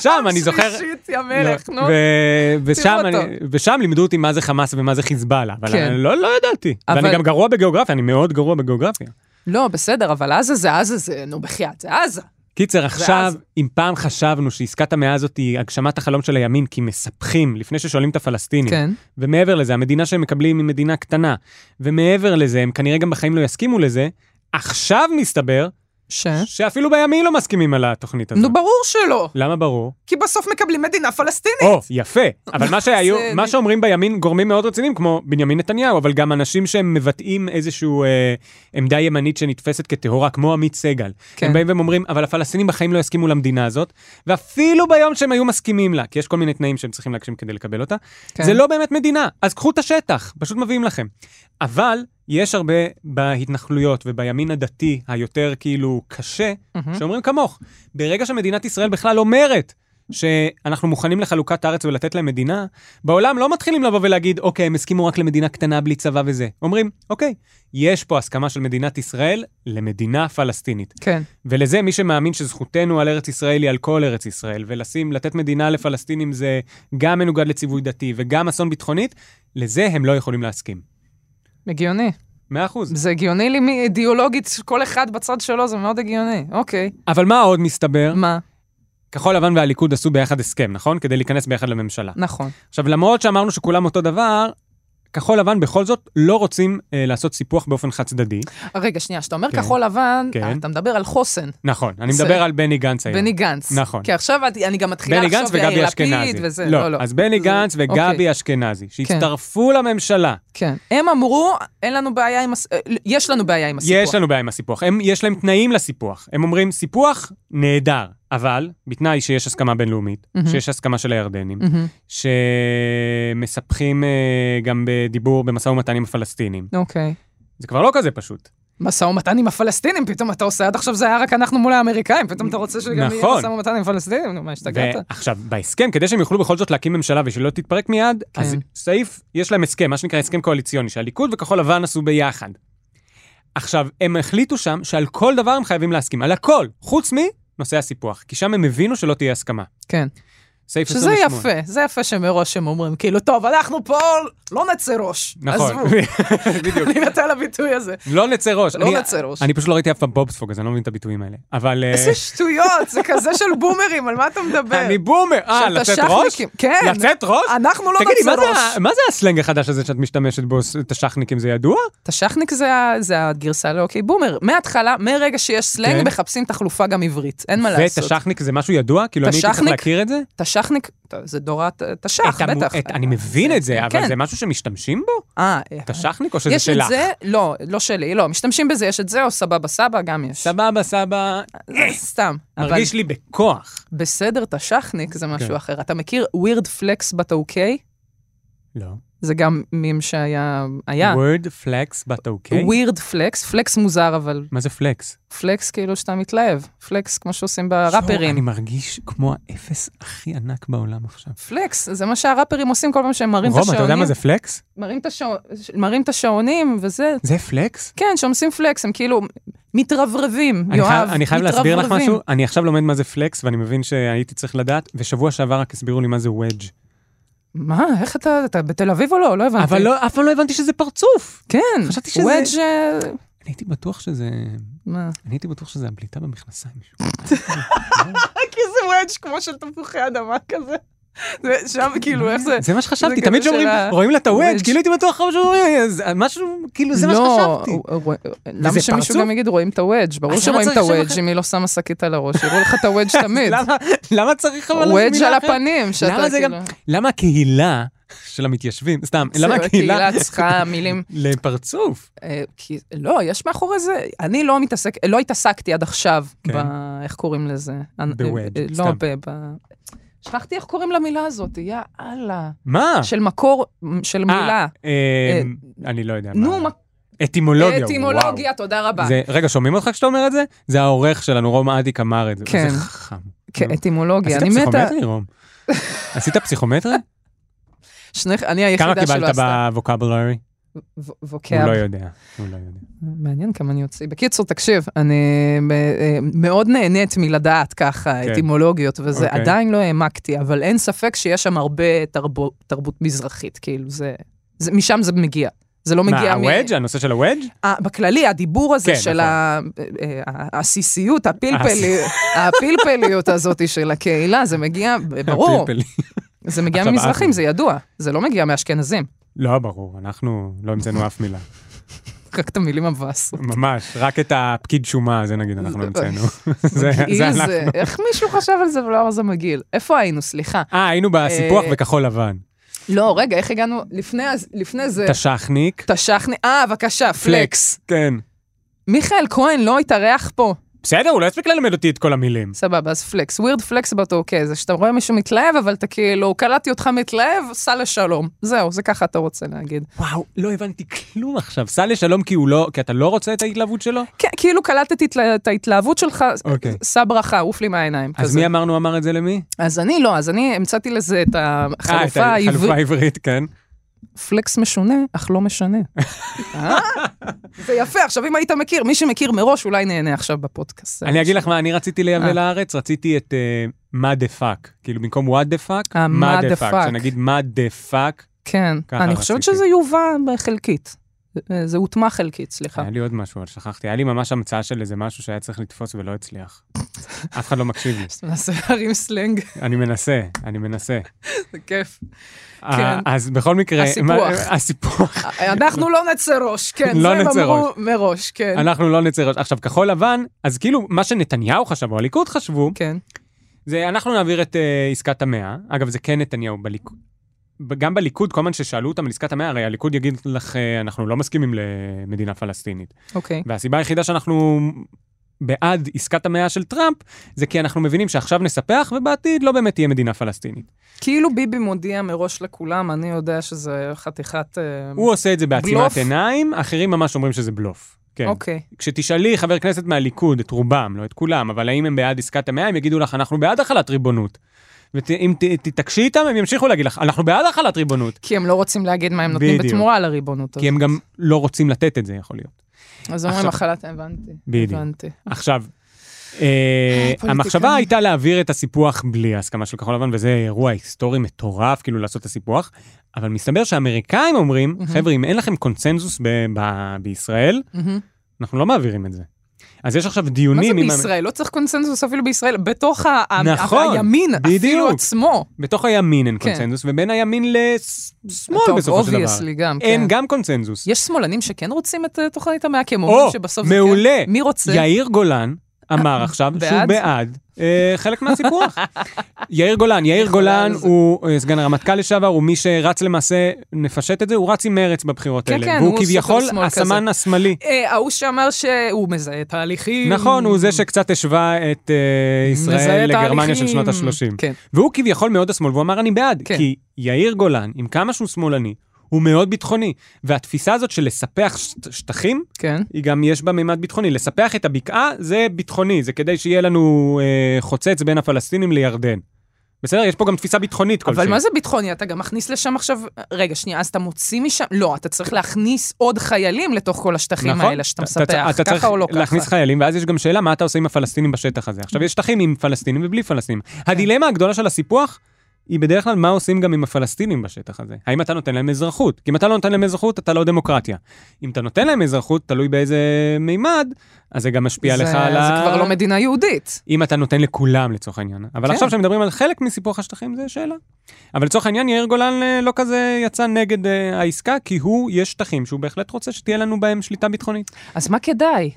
שם אני זוכר,
שלישית, יא מלך,
לא,
נו.
ו- ושם
תראו
אני-
אותו.
ושם לימדו אותי מה זה חמאס ומה זה חיזבאללה, אבל
כן.
אני לא לא ידעתי.
אבל-
ואני גם גרוע בגיאוגרפיה, אני מאוד גרוע בגיאוגרפיה.
לא, בסדר, אבל עזה זה עזה זה, נו בחייאת, זה עזה.
קיצר, עכשיו,
ואז-
אם פעם חשבנו שעסקת המאה הזאת היא הגשמת החלום של הימין, כי מספחים לפני ששואלים את הפלסטינים,
כן.
ומעבר לזה, המדינה שהם מקבלים היא מדינה קטנה, ומעבר לזה, הם כנראה גם בחיים לא יסכימו לזה, עכשיו מסתבר
ש...
שאפילו בימין לא מסכימים על התוכנית הזאת.
כן. נו, ברור שלא.
למה ברור?
כי בסוף מקבלים מדינה פלסטינית.
או, יפה. אבל מה, שהיו,
זה-
מה שאומרים בימין גורמים מאוד רציניים, כמו בנימין נתניהו, אבל גם אנשים שהם מבטאים איזושהי אה, עמדה ימנית שנתפסת כטהורה, כמו עמית סגל.
כן.
כן. הם באים והם אומרים, אבל הפלסטינים בחיים לא יסכימו למדינה הזאת, ואפילו ביום שהם היו מסכימים לה, כי יש כל מיני תנאים שהם צריכים להגשים כדי לקבל אותה,
כן.
כן. זה לא באמת מדינה, אז קחו את השטח, פשוט מביאים לכם. אבל יש הרבה בהתנחלויות ובימין הדתי היותר כאילו קשה,
מהמם.
שאומרים כמוך, ברגע שמדינת ישראל בכלל אומרת שאנחנו מוכנים לחלוקת הארץ ולתת להם מדינה, בעולם לא מתחילים לבוא ולהגיד, אוקיי, הם הסכימו רק למדינה קטנה בלי צבא וזה. אומרים, אוקיי, יש פה הסכמה של מדינת ישראל למדינה פלסטינית.
כן.
ולזה מי שמאמין שזכותנו על ארץ ישראל היא על כל ארץ ישראל, ולשים, לתת מדינה לפלסטינים זה גם מנוגד לציווי דתי וגם אסון ביטחונית, לזה הם לא יכולים להסכים.
הגיוני.
מאה אחוז.
זה הגיוני לי מי- אידיאולוגית, כל אחד בצד שלו, זה מאוד הגיוני. אוקיי.
אבל מה עוד מסתבר?
מה?
כחול לבן והליכוד עשו ביחד הסכם, נכון? כדי להיכנס ביחד לממשלה.
נכון.
עכשיו, למרות שאמרנו שכולם אותו דבר, כחול לבן בכל זאת לא רוצים אה, לעשות סיפוח באופן חד צדדי.
רגע, שנייה, כשאתה אומר
כן.
כחול לבן,
כן.
אה, אתה מדבר על חוסן,
נכון, אני
זה-
מדבר על בני גנץ היום.
בני גנץ.
נכון.
כי עכשיו את- אני גם מתחילה
בני גנץ
לחשוב
וגבי
יאיר
אשכנזי.
לפיד וזה.
לא, אז בני
זה-
גנץ
אוקיי.
וגבי אשכנזי, שהצטרפו לממשלה.
כן. הם אמרו, אין לנו בעיה עם... הס- אה, יש לנו בעיה עם הסיפור.
יש לנו בעיה עם הסיפוח. הם, יש להם תנאים לסיפוח. הם אומרים, סיפוח נהדר, אבל בתנאי שיש הסכמה בינלאומית,
מהמם.
שיש הסכמה של הירדנים,
מהמם.
שמספחים אה, גם בדיבור, במשא ומתן עם הפלסטינים.
אוקיי.
זה כבר לא כזה פשוט.
משא ומתן עם הפלסטינים, פתאום אתה עושה, עד עכשיו זה היה רק אנחנו מול האמריקאים, פתאום אתה רוצה שגם יהיה
נכון.
משא ומתן עם הפלסטינים? נו, מה, השתגעת?
ועכשיו, בהסכם, כדי שהם יוכלו בכל זאת להקים ממשלה ושלא תתפרק מיד,
כן.
אז סעיף, יש להם הסכם, מה שנקרא הסכם קואליציוני, שהליכוד וכחול לבן עשו ביחד. עכשיו, הם החליטו שם שעל כל דבר הם חייבים להסכים, על הכל, חוץ מנושא הסיפוח, כי שם הם הבינו שלא תהיה הסכמה.
כן.
סעיף
שזה
28.
יפה, זה יפה שמראש הם אומרים, כאילו, טוב, אנחנו פה לא נצא ראש.
נכון,
עזבו,
בדיוק.
אני מתה לביטוי הזה.
לא נצא ראש.
לא
אני-
נצא ראש.
אני פשוט לא ראיתי אף פעם בובספוג, אז אני לא מבין את הביטויים האלה. אבל... אה,
איזה שטויות, זה כזה של בומרים, על מה אתה מדבר?
אני בומר. אה,
של
לצאת
תש"חניקים.
ראש?
כן.
לצאת ראש?
אנחנו לא
תגידי,
נצא
מה זה
ראש.
ה- מה זה הסלנג החדש הזה שאת משתמשת בו, ס- תש"חניקים, זה ידוע?
תש"חניק זה ה- זה הגרסה לאוקיי בומר. מההתחלה, מרגע שיש סלנג,
כן.
מחפשים תחלופה גם עברית, אין מה לעשות.
ותש"חניק זה משהו ידוע? כאילו, אני הייתי צריך
תש"חניק?
להכיר את זה?
תש"חניק, ת- זה דור התש"ח,
את המו-
בטח.
את- אני מבין את זה, אבל
כן.
זה משהו שמשתמשים בו?
אה,
תש"חניק או שזה
יש את
שלך?
זה, לא, לא שלי, לא, משתמשים בזה, יש את זה, או סבבה סבא, גם יש.
סבבה, סבא,
זה סתם. אבל-
מרגיש לי בכוח.
בסדר, תש"חניק זה משהו
כן.
אחר. אתה מכיר ווירד פלקס בת אוקיי?
לא.
זה גם מים שהיה... היה.
word flex but okay?
ווירד פלקס, פלקס מוזר, אבל
מה זה פלקס?
פלקס כאילו שאתה מתלהב. פלקס כמו שעושים
שור, אני
בראפרים.
מרגיש כמו האפס הכי ענק בעולם עכשיו.
פלקס, זה מה שהראפרים עושים כל פעם שהם מראים את
רום, אתה יודע
השעונים.
מה זה פלקס?
מראים את השעון- מראים את השעונים וזה.
זה פלקס?
כן, שעושים פלקס, הם כאילו מתרברבים,
אני
יואב,
חייב- אני חייב להסביר לך
מתרברבים.
משהו, אני עכשיו לומד מה זה פלקס ואני מבין שהייתי צריך לדעת, ושבוע שעבר רק הסבירו לי מה זה וודג'.
מה, איך אתה, אתה בתל אביב או לא? לא הבנתי.
אבל לא- אף פעם לא הבנתי שזה פרצוף.
כן,
חשבתי שזה-
וודג'... אה,
אני הייתי בטוח שזה,
מה?
אני הייתי בטוח שזה הבליטה במכנסיים.
כי זה וודג' כמו של תפוחי אדמה כזה. זה שם כאילו, איך זה...
זה מה שחשבתי,
זה כזה
תמיד שאומרים,
של ה-
רואים לה את הוודג',
וודג'.
כאילו הייתי בטוח אבל שאומרים, אז אה, משהו, כאילו זה מה שחשבתי.
לא, הוא- הוא- למה
וזה
שמישהו
פרצוף?
גם יגיד רואים את הוודג', ברור
אז למה
שרואים את
צריך שם
הוודג'
אחר-
אם היא לא שמה שקית על הראש, יראו לך את הוודג' תמיד.
למה- למה צריך אבל...
וודג'
מילה
על
אחרת?
הפנים, שאתה
למה זה גם,
כאילו-
למה הקהילה של המתיישבים, סתם, למה
זהו,
הקהילה
צריכה מילים...
לפרצוף?
אה, כי- לא, יש מאחורי זה, אני לא מתעסק, לא התעסקתי עד עכשיו,
כן.
ב- איך קוראים לזה? אנ-
בוודג',
אה, אה, לא,
סתם.
ב... ב- שכחתי איך קוראים למילה הזאת, יא אללה.
מה?
של מקור, של מילה.
אה, אה, אני לא יודע.
נו,
מה.
מק-
אטימולוגיה.
אטימולוגיה, תודה רבה.
וואו. זה- רגע, שומעים אותך כשאתה אומר את זה? זה העורך שלנו, רום אדיק אמר את זה.
כן.
זה חכם.
כן, אטימולוגיה,
עשית
אני מתה.
פסיכומטרי, רום? עשית פסיכומטרי?
שני, אני
כמה
היחידה שלא
קיבלת
עשתה. כן.
בווקבולרי?
ו-
הוא
ווקאב.
לא יודע. הוא לא יודע.
מעניין כמה אני אוציא. בקיצור, תקשיב, אני אה, אה, מאוד נהנית מלדעת ככה
כן.
אטימולוגיות וזה,
אוקיי.
עדיין לא העמקתי, אבל אין ספק שיש שם הרבה תרבו- תרבות מזרחית, כאילו זה, זה- משם זה מגיע. זה לא
מה,
מגיע מ...
הוודג'? הנושא של הוודג'?
ה- בכללי, הדיבור הזה
כן,
של
נכון.
ה- אה, ה- העסיסיות, הפלפליות, הפלפליות הזאת של הקהילה, זה מגיע, ברור,
הפלפלים.
זה מגיע
עכשיו,
ממזרחים,
את-
זה ידוע, זה לא מגיע מאשכנזים,
לא, ברור, אנחנו לא המצאנו אף מילה.
רק את המילים המבאסות.
ממש, רק את הפקיד שומה הזה נגיד אנחנו המצאנו. זה זה
מגעיל
אנחנו.
זה, איך מישהו חשב על זה ולא אמר זה מגעיל? איפה היינו? סליחה.
אה, היינו בסיפוח
אה,
וכחול לבן.
לא, רגע, איך הגענו? לפני אז- לפני זה,
תש"חניק,
תש"חני, אה, בבקשה, פלקס.
כן.
מיכאל כהן לא התארח פה.
בסדר, הוא לא יספיק ללמד אותי את כל המילים.
סבבה, אז פלקס, ווירד פלקס באותו, אוקיי, זה שאתה רואה מישהו מתלהב, אבל אתה כאילו, קלטתי אותך מתלהב, סע לשלום. זהו, זה ככה אתה רוצה להגיד.
וואו, לא הבנתי כלום עכשיו. סע לשלום כי הוא לא, כי אתה לא רוצה את ההתלהבות שלו?
כן, כאילו קלטתי את ה- את ההתלהבות שלך,
אוקיי.
סע ברכה, עוף לי מהעיניים.
אז
כזה.
מי אמרנו אמר את זה למי?
אז אני לא, אז אני המצאתי לזה את
אה, את
החלופה
החלופה
העברית.
העברית, כן.
פלקס משונה, אך לא משנה. אה? זה יפה, עכשיו אם היית מכיר, מי שמכיר מראש אולי נהנה עכשיו בפודקאסט.
אני אגיד לך מה אני רציתי לייבא
אה.
לארץ, רציתי את אה, מה דה פאק. כאילו במקום what the fuck, מה
אה, מה
דה
the
פאק.
fuck.
שנגיד מה דה פאק.
כן,
ככה
אני
רציתי.
חושבת שזה יובא חלקית. אה, זה הוטמע חלקית, סליחה.
היה לי עוד משהו, אבל שכחתי. היה לי ממש המצאה של איזה משהו שהיה צריך לתפוס ולא הצליח. אף אחד לא מקשיב לי.
נעשה להרים סלנג,
אני מנסה, אני מנסה.
זה כיף.
אה, אז בכל מקרה...
הסיפוח.
מה- הסיפוח.
אנחנו לא נצא ראש, כן,
לא
זה הם
נצא
אמרו מראש, כן.
אנחנו לא נצא ראש. עכשיו, כחול לבן, אז כאילו, מה שנתניהו חשב, או הליכוד חשבו,
כן.
זה אנחנו נעביר את אה, עסקת המאה. אגב, זה כן נתניהו בליכוד. ב- גם בליכוד, כל הזמן ששאלו אותם על עסקת המאה, הרי הליכוד יגיד לך, אה, אנחנו לא מסכימים למדינה פלסטינית.
אוקיי.
והסיבה היחידה שאנחנו בעד עסקת המאה של טראמפ, זה כי אנחנו מבינים שעכשיו נספח, ובעתיד לא באמת תהיה מדינה פלסטינית.
כאילו ביבי מודיע מראש לכולם, אני יודע שזה חתיכת... אה,
הוא עושה את זה בעצימת
בלוף.
עיניים, אחרים ממש אומרים שזה בלוף. כן.
אוקיי.
כשתשאלי חבר כנסת מהליכוד, את רובם, לא את כולם, אבל האם הם בעד עסקת המאה, הם יגידו לך, אנחנו בעד החלת ריבונות. ואם תתעקשי איתם, הם ימשיכו להגיד לך, אנחנו בעד החלת ריבונות.
כי הם לא רוצים להגיד מה הם נותנים
בדיוק.
בתמורה לריבונות הזאת.
כי הם גם לא רוצים לתת את זה, יכול להיות.
אז אומרים
עכשיו-
החלת, הבנתי.
בדיוק.
הבנתי.
עכשיו, אה,
פוליטיקאים.
המחשבה הייתה להעביר את הסיפוח בלי הסכמה של כחול לבן, וזה אירוע היסטורי מטורף, כאילו לעשות את הסיפוח, אבל מסתבר שהאמריקאים אומרים, חבר'ה, אם אין לכם קונצנזוס ב- ב- בישראל,
מהמם.
אנחנו לא מעבירים את זה. אז יש עכשיו
מה זה
דיונים עם...
בישראל? לא צריך קונסנזוס אפילו בישראל, בתוך ה- ה-
נכון,
הימין אפילו
בדיוק.
עצמו.
בתוך הימין אין
כן.
קונצנזוס, ובין הימין לשמאל בסופו של דבר.
אובייסלי גם,
אין
כן.
גם קונצנזוס.
יש שמאלנים שכן רוצים את אה, תוכנית המאה, כי הם אומרים
או,
שבסוף זה כן.
מעולה.
מי רוצה?
יאיר גולן אמר עכשיו שהוא
בעד?
בעד אה, חלק מהסיפוח. יאיר גולן, יאיר
איך הוא
גולן
עלה לזה?
הוא אה, סגן הרמטכ"ל לשעבר, הוא מי שרץ למעשה, נפשט את זה, הוא רץ עם מרץ בבחירות
כן,
האלה.
כן,
והוא
הוא
כביכול
סופר שמאל
הסמן השמאלי.
אה, ההוא שאמר שהוא מזהה תהליכים.
נכון, הוא זה שקצת השווה את אה,
מזהה
ישראל לגרמניה של שנות
תהליכים.
ה-30.
כן.
והוא כביכול מאוד השמאל, והוא אמר אני בעד.
כן.
כי יאיר גולן, עם כמה שהוא שמאלני, הוא מאוד ביטחוני. והתפיסה הזאת של לספח שט- שטחים,
כן.
היא גם יש בה מימד ביטחוני. לספח את הבקעה זה ביטחוני, זה כדי שיהיה לנו אה, חוצץ בין הפלסטינים לירדן. בסדר? יש פה גם תפיסה ביטחונית כלשהי.
אבל מה זה ביטחוני? אתה גם מכניס לשם עכשיו... רגע, שנייה, אז אתה מוציא משם... לא, אתה צריך להכניס עוד חיילים לתוך כל השטחים האלה שאתה
נכון. אתה- אתה-
מספח,
אתה צריך
ככה Mm. או לא
להכניס
ככה.
חיילים, ואז יש גם שאלה מה אתה עושה עם הפלסטינים בשטח הזה. עכשיו, יש שטחים עם פלסטינים ובלי פלסטינים.
כן.
הדילמה הגדולה של הסיפוח היא בדרך כלל מה עושים גם עם הפלסטינים בשטח הזה. האם אתה נותן להם אזרחות? כי אם אתה לא נותן להם אזרחות, אתה לא דמוקרטיה. אם אתה נותן להם אזרחות, תלוי באיזה מימד, אז זה גם משפיע
זה-
לך על ה...
זה כבר לא מדינה יהודית.
אם אתה נותן לכולם לצורך העניין. אבל
כן.
כן. עכשיו כשמדברים על חלק מסיפוח השטחים זה שאלה. אבל לצורך העניין יאיר גולן אה, לא כזה יצא נגד uh, העסקה, כי הוא, יש שטחים שהוא בהחלט רוצה שתהיה לנו בהם שליטה ביטחונית.
אז מה כדאי?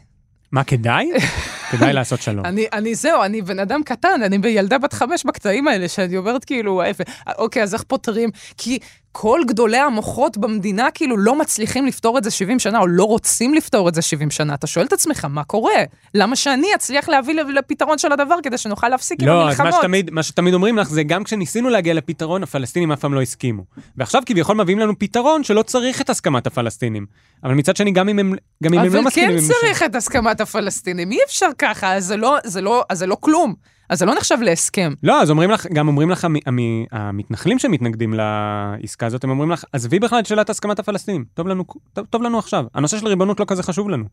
מה כדאי? כדאי לעשות שלום.
אני, אני זהו, אני בן אדם קטן, אני ילדה בת חמש בקטעים האלה, שאני אומרת כאילו, ההפך, אוקיי, אז איך פותרים? כי כל גדולי המוחות במדינה כאילו לא מצליחים לפתור את זה 70 שנה, או לא רוצים לפתור את זה 70 שנה. אתה שואל את עצמך, מה קורה? למה שאני אצליח להביא לפתרון של הדבר כדי שנוכל להפסיק עם
לא, אז
המלחמות?
מה שתמיד, מה שתמיד אומרים לך זה גם כשניסינו להגיע לפתרון, הפלסטינים אף פעם לא הסכימו. ועכשיו כביכול מביאים לנו פתרון שלא צריך את הסכמת הפלסטינים. אבל מצד שני, גם אם הם, גם אם הם לא
אבל
מסכימים...
כן
הם-
צריך את הסכמת הפלסטינים, אי אפשר ככה, אז זה לא, זה לא, אז זה לא כלום. אז זה לא נחשב להסכם.
לא, אז אומרים לך, גם אומרים לך, המ- המ- המתנחלים שמתנגדים לעסקה הזאת, הם אומרים לך, עזבי בכלל את שאלת הסכמת הפלסטינים, טוב לנו, טוב, טוב לנו עכשיו. הנושא של ריבונות לא כזה חשוב לנו.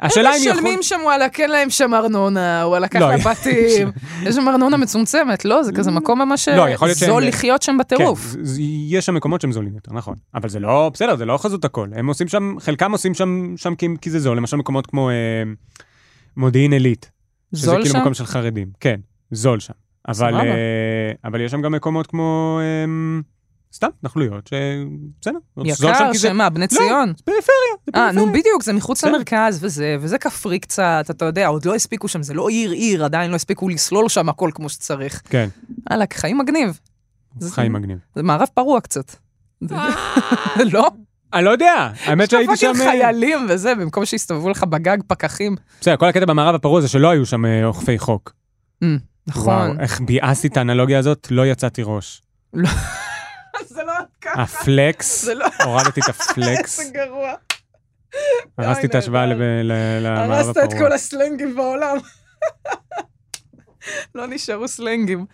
השאלה אם
הם
יכול...
משלמים שם, וואלה, כן להם שם ארנונה, וואלה, לקח
לא,
להם
יש-
בתים. יש שם ארנונה מצומצמת, לא? זה כזה מקום ממש אה,
לא, יכול להיות שהם-
זול לחיות שם בטירוף.
כן, ז- ז- יש שם מקומות שהם זולים יותר, נכון. אבל זה לא, בסדר, זה לא חזות הכל. הם עושים שם, חלקם עושים שם, שם כי, כי זה זול, למשל מקומות כמו אה, מודיעין עילית. שזה
זול
כאילו
שם?
מקום של חרדים, כן, זול שם. אבל,
סבבה.
אה, אבל יש שם גם מקומות כמו, אה, סתם, התנחלויות, שבסדר, זול שם
יקר,
כי זה
שמה, בני ציון?
זה פריפריה, זה
אה,
פריפריה.
נו בדיוק, זה מחוץ
בסדר.
למרכז וזה, וזה כפרי קצת, אתה יודע, עוד לא הספיקו שם, זה לא עיר עיר, עדיין לא הספיקו לסלול שם הכל כמו שצריך.
כן,
וואלה, חיים מגניב. זה-
חיים מגניב.
זה מערב פרוע קצת. זה- לא?
אני לא יודע, האמת
יש לך
שהייתי שם...
פאקינג
אה,
חיילים וזה, במקום שיסתובבו לך בגג פקחים.
בסדר, כל הקטע במערב הפרוע זה שלא היו שם אה, אוכפי חוק.
אה, נכון.
וואו, איך ביאסתי את האנלוגיה הזאת, לא יצאתי ראש. אה.
זה לא ככה,
הפלקס,
זה לא...
הורדתי את הפלקס,
איזה גרוע.
הרסתי את
די,
ההשוואה
די.
לב- ל- למערב
הרסת את
הפרוע.
כל הסלנגים בעולם. לא נשארו סלנגים.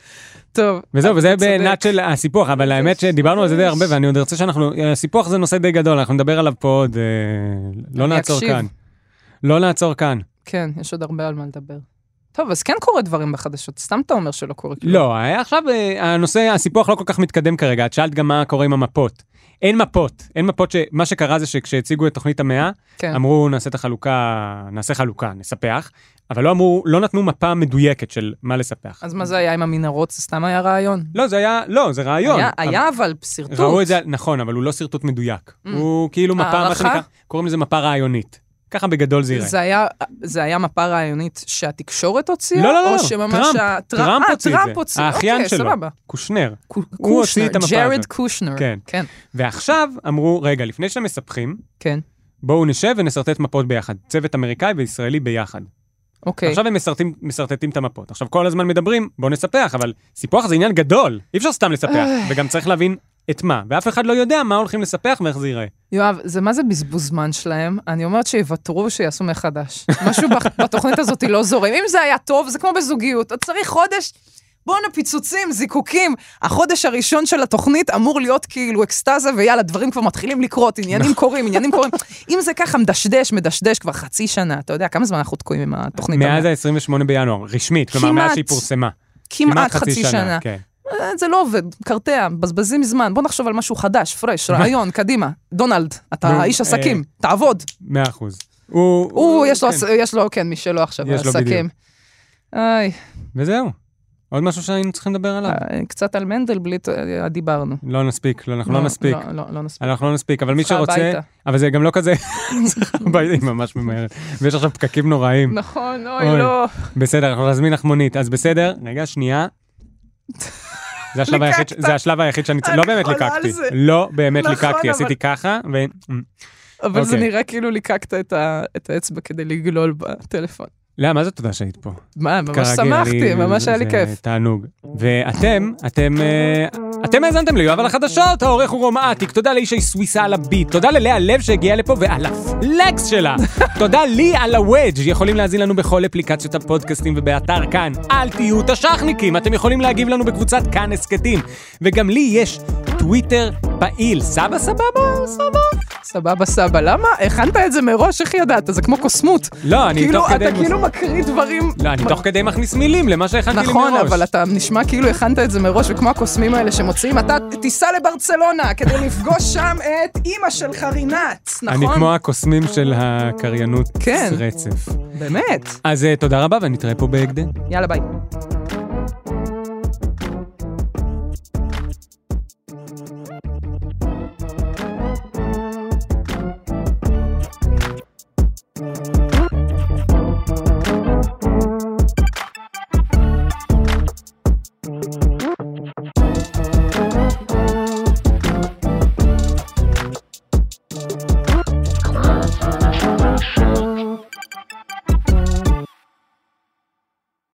טוב.
וזהו,
אתה
וזה
צודק.
בנאט של הסיפוח, אבל האמת שדיברנו על זה די הרבה, ואני עוד ארצה שאנחנו... אה, הסיפוח זה נושא די גדול, אנחנו נדבר עליו פה עוד... אה, לא
אני
נעצור
אקשיב.
כאן. לא נעצור כאן.
כן, יש עוד הרבה על מה לדבר. טוב, אז כן קורה דברים בחדשות, סתם אתה אומר שלא קורה כלום.
לא, היה עכשיו אה, הנושא, הסיפוח לא כל כך מתקדם כרגע. את שאלת גם מה קורה עם המפות. אין מפות, אין מפות ש... מה שקרה זה שכשהציגו את תוכנית המאה,
כן.
אמרו נעשה את החלוקה, נעשה חלוקה, נספח, אבל לא אמרו, לא נתנו מפה מדויקת של מה לספח.
אז מה זה היה עם המנהרות? זה סתם היה רעיון.
לא, זה היה, לא, זה רעיון.
היה-
אבל-
היה אבל שרטוט.
ראו את זה, נכון, אבל הוא לא שרטוט מדויק.
Mm.
הוא כאילו מפה, מה
הערכה?
שנקרא, קוראים לזה מפה רעיונית. ככה בגדול זה יראה.
זה היה, זה היה מפה רעיונית שהתקשורת הוציאה?
לא, לא, לא,
או
לא,
שממש
טראמפ,
ה- טראמפ-
טראמפ הוציא את
אה,
זה.
טראמפ הוציא,
האחיין
אוקיי,
שלו.
סבבה.
קושנר.
הוא
הוא הוציא את המפה
ג'רד
הזאת.
קושנר.
כן.
כן,
ועכשיו אמרו, רגע, לפני שאתם מספחים,
כן.
בואו נשב ונסרטט מפות ביחד. צוות אמריקאי וישראלי ביחד.
אוקיי.
עכשיו הם מסרטים, מסרטטים את המפות. עכשיו כל הזמן מדברים, בואו נספח, אבל סיפוח זה עניין גדול, אי אפשר סתם לספח,
איי.
וגם צריך להבין את מה, ואף אחד לא יודע מה הולכים לספח ואיך זה ייראה.
יואב, זה מה זה בזבוז זמן שלהם? אני אומרת שיוותרו ושיעשו מחדש. משהו בח- בתוכנית הזאת לא זורם. אם זה היה טוב, זה כמו בזוגיות. אתה צריך חודש, בואנה פיצוצים, זיקוקים. החודש הראשון של התוכנית אמור להיות כאילו אקסטזה, ויאללה, דברים כבר מתחילים לקרות, עניינים קורים, עניינים קורים. אם זה ככה מדשדש, מדשדש כבר חצי שנה, אתה יודע, כמה זמן אנחנו תקועים עם התוכנית?
מאז
הזאת?
ה-28 בינואר, רשמית, כלומר
כמעט.
מאז שהיא פורסמה.
כמעט חצי שנה.
כן.
אה, זה לא עובד, קרטע, מבזבזים זמן, בוא נחשוב על משהו חדש, פרש, רעיון, קדימה. דונלד,
נו,
אתה איש עסקים, תעבוד.
100 אחוז. הוא,
הוא, יש לו,
כן.
יש לו, כן, משלו עכשיו,
יש לו
עסקים.
בדיוק.
איי,
וזהו. עוד משהו שהיינו צריכים לדבר עליו?
אה, קצת על מנדלבליט אה, דיברנו.
לא נספיק, לא- אנחנו לא נספיק.
לא, לא, לא נספיק.
אנחנו לא נספיק, אבל מי
צריכה
שרוצה,
הביתה.
אבל זה גם לא כזה, צריכה הביתה, היא ממש ממהרת, ויש עכשיו פקקים נוראים.
נכון,
אה. אוי.
אוי, לא.
בסדר, אנחנו נזמין לך מונית, אז בסדר, רגע, שנייה. זה השלב היחיד, ש-
ליקקת.
זה השלב היחיד שאני, צ-
אני
לא באמת
חולה על
ליקקתי,
זה.
לא באמת
נכון,
ליקקתי,
אבל-
עשיתי ככה, ו...
אבל זה
אוקיי.
נראה כאילו ליקקת את ה- את האצבע כדי לגלול בטלפון.
לא, מה זה תודה שהיית פה?
מה, ממש
כרגיל,
שמחתי,
אני-
ממש היה לי
זה
כיף.
תענוג. ואתם, אתם, אה, אתם האזנתם ליואב על החדשות, העורך הוא רום אטיק, תודה לאישי סוויסה על הביט, תודה ללאה לב שהגיעה לפה ועל הפלקס שלה, תודה לי על הוודג', יכולים להזין לנו בכל אפליקציות הפודקאסטים ובאתר כאן. אל תהיו תש"חניקים, אתם יכולים להגיב לנו בקבוצת כאן הסכתים. וגם לי יש טוויטר פעיל, סבא סבבה? סבבה?
סבבה, סבא, למה? הכנת את זה מראש, איך ידעת? זה כמו קוסמות.
לא, אני
כאילו,
תוך כדי...
אתה כאילו מקריא דברים.
לא, אני תוך כדי מכניס מילים למה שהכנתי לי מראש.
נכון, אבל אתה נשמע כאילו הכנת את זה מראש, וכמו הקוסמים האלה שמוציאים, אתה תיסע לברצלונה כדי לפגוש שם את אימא שלך רינת, נכון?
אני כמו הקוסמים של הקריינות
כן.
רצף.
באמת.
אז אה, תודה רבה ונתראה פה בהקדם.
יאללה, ביי.